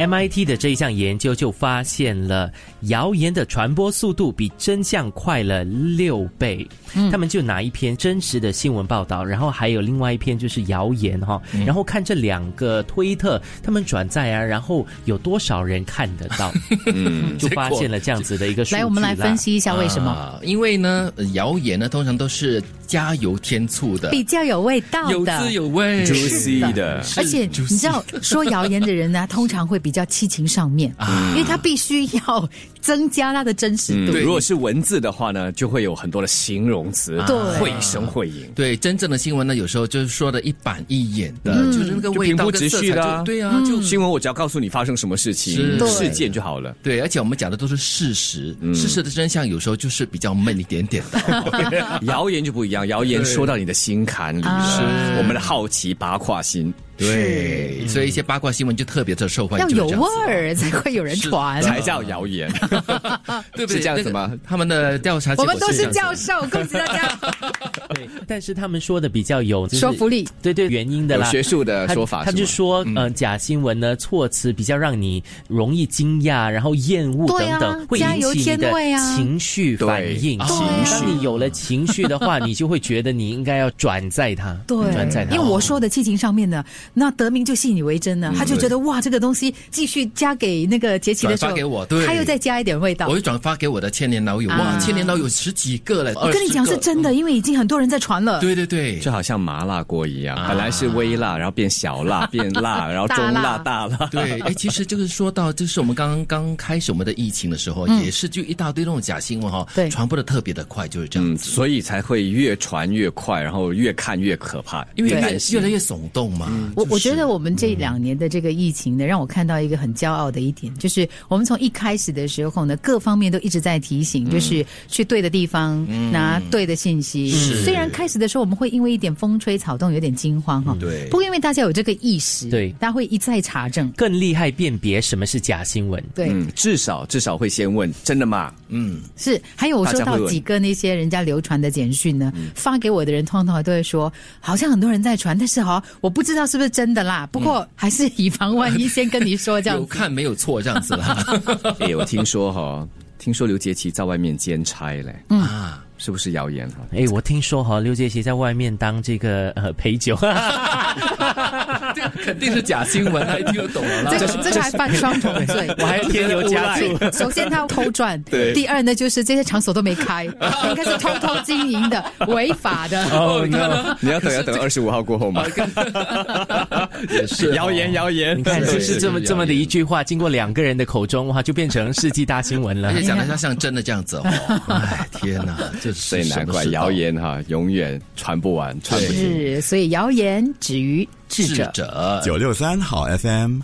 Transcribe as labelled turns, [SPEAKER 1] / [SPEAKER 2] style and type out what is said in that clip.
[SPEAKER 1] MIT 的这一项研究就发现了，谣言的传播速度比真相快了六倍。
[SPEAKER 2] 嗯
[SPEAKER 1] 他们就拿一篇真实的新闻报道，然后还有另外一篇就是谣言哈、
[SPEAKER 2] 嗯
[SPEAKER 1] 然后看这两个推特他们转载啊，然后有多少人看得 到，
[SPEAKER 3] 嗯
[SPEAKER 1] 就发现了这样子的一个数据
[SPEAKER 2] 来，我们来分
[SPEAKER 1] 析。
[SPEAKER 2] 析一下为什么、
[SPEAKER 3] 啊因为呢，呃谣言呢通常都是加油添醋的，
[SPEAKER 2] 比较有味道
[SPEAKER 3] 有
[SPEAKER 2] 的
[SPEAKER 3] 滋。有味，
[SPEAKER 4] juicy 的，
[SPEAKER 2] 而且
[SPEAKER 3] 主
[SPEAKER 2] 你
[SPEAKER 3] 席
[SPEAKER 2] 知道，说谣言的人 呢，通常会比较七情上面，
[SPEAKER 3] 啊
[SPEAKER 2] 因为他必须要增加他的真实度。
[SPEAKER 3] 嗯
[SPEAKER 4] 如果是文字的话呢，就会有很多的形容词，
[SPEAKER 2] 对
[SPEAKER 4] 绘声绘影。
[SPEAKER 3] 对，真正的新闻呢，有时候就是说的一板一眼的，
[SPEAKER 2] 嗯
[SPEAKER 3] 就是那个
[SPEAKER 4] 就
[SPEAKER 3] 味
[SPEAKER 4] 平
[SPEAKER 3] 道
[SPEAKER 4] 铺
[SPEAKER 3] 跟
[SPEAKER 4] 直
[SPEAKER 3] 色
[SPEAKER 4] 叙
[SPEAKER 3] 彩
[SPEAKER 4] 的
[SPEAKER 3] 就
[SPEAKER 4] 啊
[SPEAKER 3] 对啊，就、
[SPEAKER 4] 新闻我只要告诉你发生什么事情
[SPEAKER 3] 是、对
[SPEAKER 4] 事件就好了。
[SPEAKER 3] 对，而且我们讲的都是事实，
[SPEAKER 4] 嗯
[SPEAKER 3] 事实的真相有时候就是比较闷一点点 的。
[SPEAKER 4] 谣言就不一样，谣言说到你的心坎里了，
[SPEAKER 3] 是
[SPEAKER 4] 我们的好奇八卦心嗯
[SPEAKER 3] 对，所以一些八卦新闻就特别的受欢迎，
[SPEAKER 2] 要有啊
[SPEAKER 3] 就是这样
[SPEAKER 2] 味
[SPEAKER 3] 子
[SPEAKER 2] 儿才会有人传。
[SPEAKER 4] 才叫谣言。
[SPEAKER 3] 对不对？
[SPEAKER 4] 是这样子吗
[SPEAKER 3] 那个他们的调查结
[SPEAKER 2] 我
[SPEAKER 3] 果
[SPEAKER 2] 们都是
[SPEAKER 3] 这样
[SPEAKER 2] 教
[SPEAKER 3] 子
[SPEAKER 2] 授，恭喜大 家！
[SPEAKER 1] 对，但是他们说的比较有、就是
[SPEAKER 2] 说服力，
[SPEAKER 1] 对对，原因的啦，
[SPEAKER 4] 有学术的
[SPEAKER 1] 他
[SPEAKER 4] 说法
[SPEAKER 1] 他
[SPEAKER 4] 是
[SPEAKER 1] 就
[SPEAKER 4] 吗
[SPEAKER 1] 说，嗯、假新闻呢，措辞比较让你容易惊讶，然后厌恶
[SPEAKER 2] 对
[SPEAKER 1] 等
[SPEAKER 2] 啊
[SPEAKER 1] 等，会
[SPEAKER 2] 加
[SPEAKER 1] 引
[SPEAKER 2] 油
[SPEAKER 1] 起你
[SPEAKER 2] 添
[SPEAKER 1] 的
[SPEAKER 2] 味啊
[SPEAKER 1] 情绪
[SPEAKER 4] 对
[SPEAKER 1] 反应。
[SPEAKER 4] 啊
[SPEAKER 2] 情绪
[SPEAKER 1] 当你有了情绪的话，你就会觉得你应该要转载 它，转载它。哦
[SPEAKER 2] 因为我说的七情上面呢，那德明就信以为真
[SPEAKER 3] 嗯
[SPEAKER 2] 了，他就觉得哇，这个东西继续加给那个杰奇的时候，
[SPEAKER 3] 转发给我对
[SPEAKER 2] 他又再加一点味道
[SPEAKER 3] 我。会转发给我的千年老友，哇，
[SPEAKER 2] 啊
[SPEAKER 3] 千年老友十几个了，
[SPEAKER 2] 我跟你讲是
[SPEAKER 3] 20个
[SPEAKER 2] 真的，因为已经很多人在传了。
[SPEAKER 3] 对对对，
[SPEAKER 4] 就好像麻辣锅一样，本来是微辣，然后变小辣，变辣，然后中辣、大辣。
[SPEAKER 3] 对， 哎，其实就是说到，就是我们刚刚开始我们的疫情的时候，也是就一大堆那种假新闻哈、
[SPEAKER 2] 嗯对
[SPEAKER 3] 传播的特别的快，就是这样
[SPEAKER 4] 嗯，
[SPEAKER 3] 子，
[SPEAKER 4] 所以才会越传越快，然后越看越可怕，
[SPEAKER 3] 因为
[SPEAKER 4] 越
[SPEAKER 3] 越
[SPEAKER 4] 担心
[SPEAKER 3] 越来越耸动嘛。
[SPEAKER 4] 嗯
[SPEAKER 2] 我
[SPEAKER 3] 就是
[SPEAKER 2] 我觉得我们这两年的这个疫情呢，让我看到一个很骄傲的一点，就是我们从一开始的时候呢，各方面都一直在提醒，就是去对的地方拿对的信息。虽然开始的时候我们会因为一点风吹草动有点惊慌哈，
[SPEAKER 3] 对
[SPEAKER 2] 不过因为大家有这个意识，
[SPEAKER 1] 对
[SPEAKER 2] 大家会一再查证，
[SPEAKER 1] 更厉害辨别什么是假新 闻。
[SPEAKER 2] 对，
[SPEAKER 4] 嗯，至少至少会先问真的吗？
[SPEAKER 3] 嗯，
[SPEAKER 2] 是，还有我收
[SPEAKER 4] 大家会
[SPEAKER 2] 到
[SPEAKER 4] 问
[SPEAKER 2] 几个那些人家流传的简讯呢，发给我的人通常都会说，好像很多人在传，但是哈，我不知道是不是真的啦。不过还是以防万一，先跟你说这样
[SPEAKER 3] 有
[SPEAKER 2] 子。
[SPEAKER 3] 看没有错这样子 啦。
[SPEAKER 4] 哎、我听说哈、听说刘杰奇在外面兼差嘞，
[SPEAKER 3] 啊，
[SPEAKER 4] 是不是谣言哈、
[SPEAKER 1] 哎，我听说哈，刘杰奇在外面当这个呃陪 酒，
[SPEAKER 3] 这个肯定是假新闻，他一听就懂了啦。
[SPEAKER 2] 嗯这个这个还犯双重罪，
[SPEAKER 1] 我还添油加 醋。
[SPEAKER 2] 对首先他偷赚，第二呢就是这些场所都没开，应该是偷偷经营的，违法的。
[SPEAKER 1] 哦 no！
[SPEAKER 4] 你 要等要等二十五号过后吗？
[SPEAKER 1] 哦
[SPEAKER 3] 也是
[SPEAKER 4] 谣言，谣言，
[SPEAKER 1] 你看，
[SPEAKER 3] 对
[SPEAKER 1] 就是 这么
[SPEAKER 3] 对
[SPEAKER 1] 这么的
[SPEAKER 3] 谣言
[SPEAKER 1] 一句话，经过两个人的口中，哇，就变成世纪大新闻了
[SPEAKER 3] 而。且讲的像像真的这样 子哦。哎，天哪，这
[SPEAKER 4] 所
[SPEAKER 3] 是
[SPEAKER 4] 以难怪谣言哈、永远传不完，传不
[SPEAKER 3] 对
[SPEAKER 4] 停。
[SPEAKER 2] 是，所以谣言止于智
[SPEAKER 3] 智
[SPEAKER 2] 者。
[SPEAKER 3] 者
[SPEAKER 5] 九六三好 FM。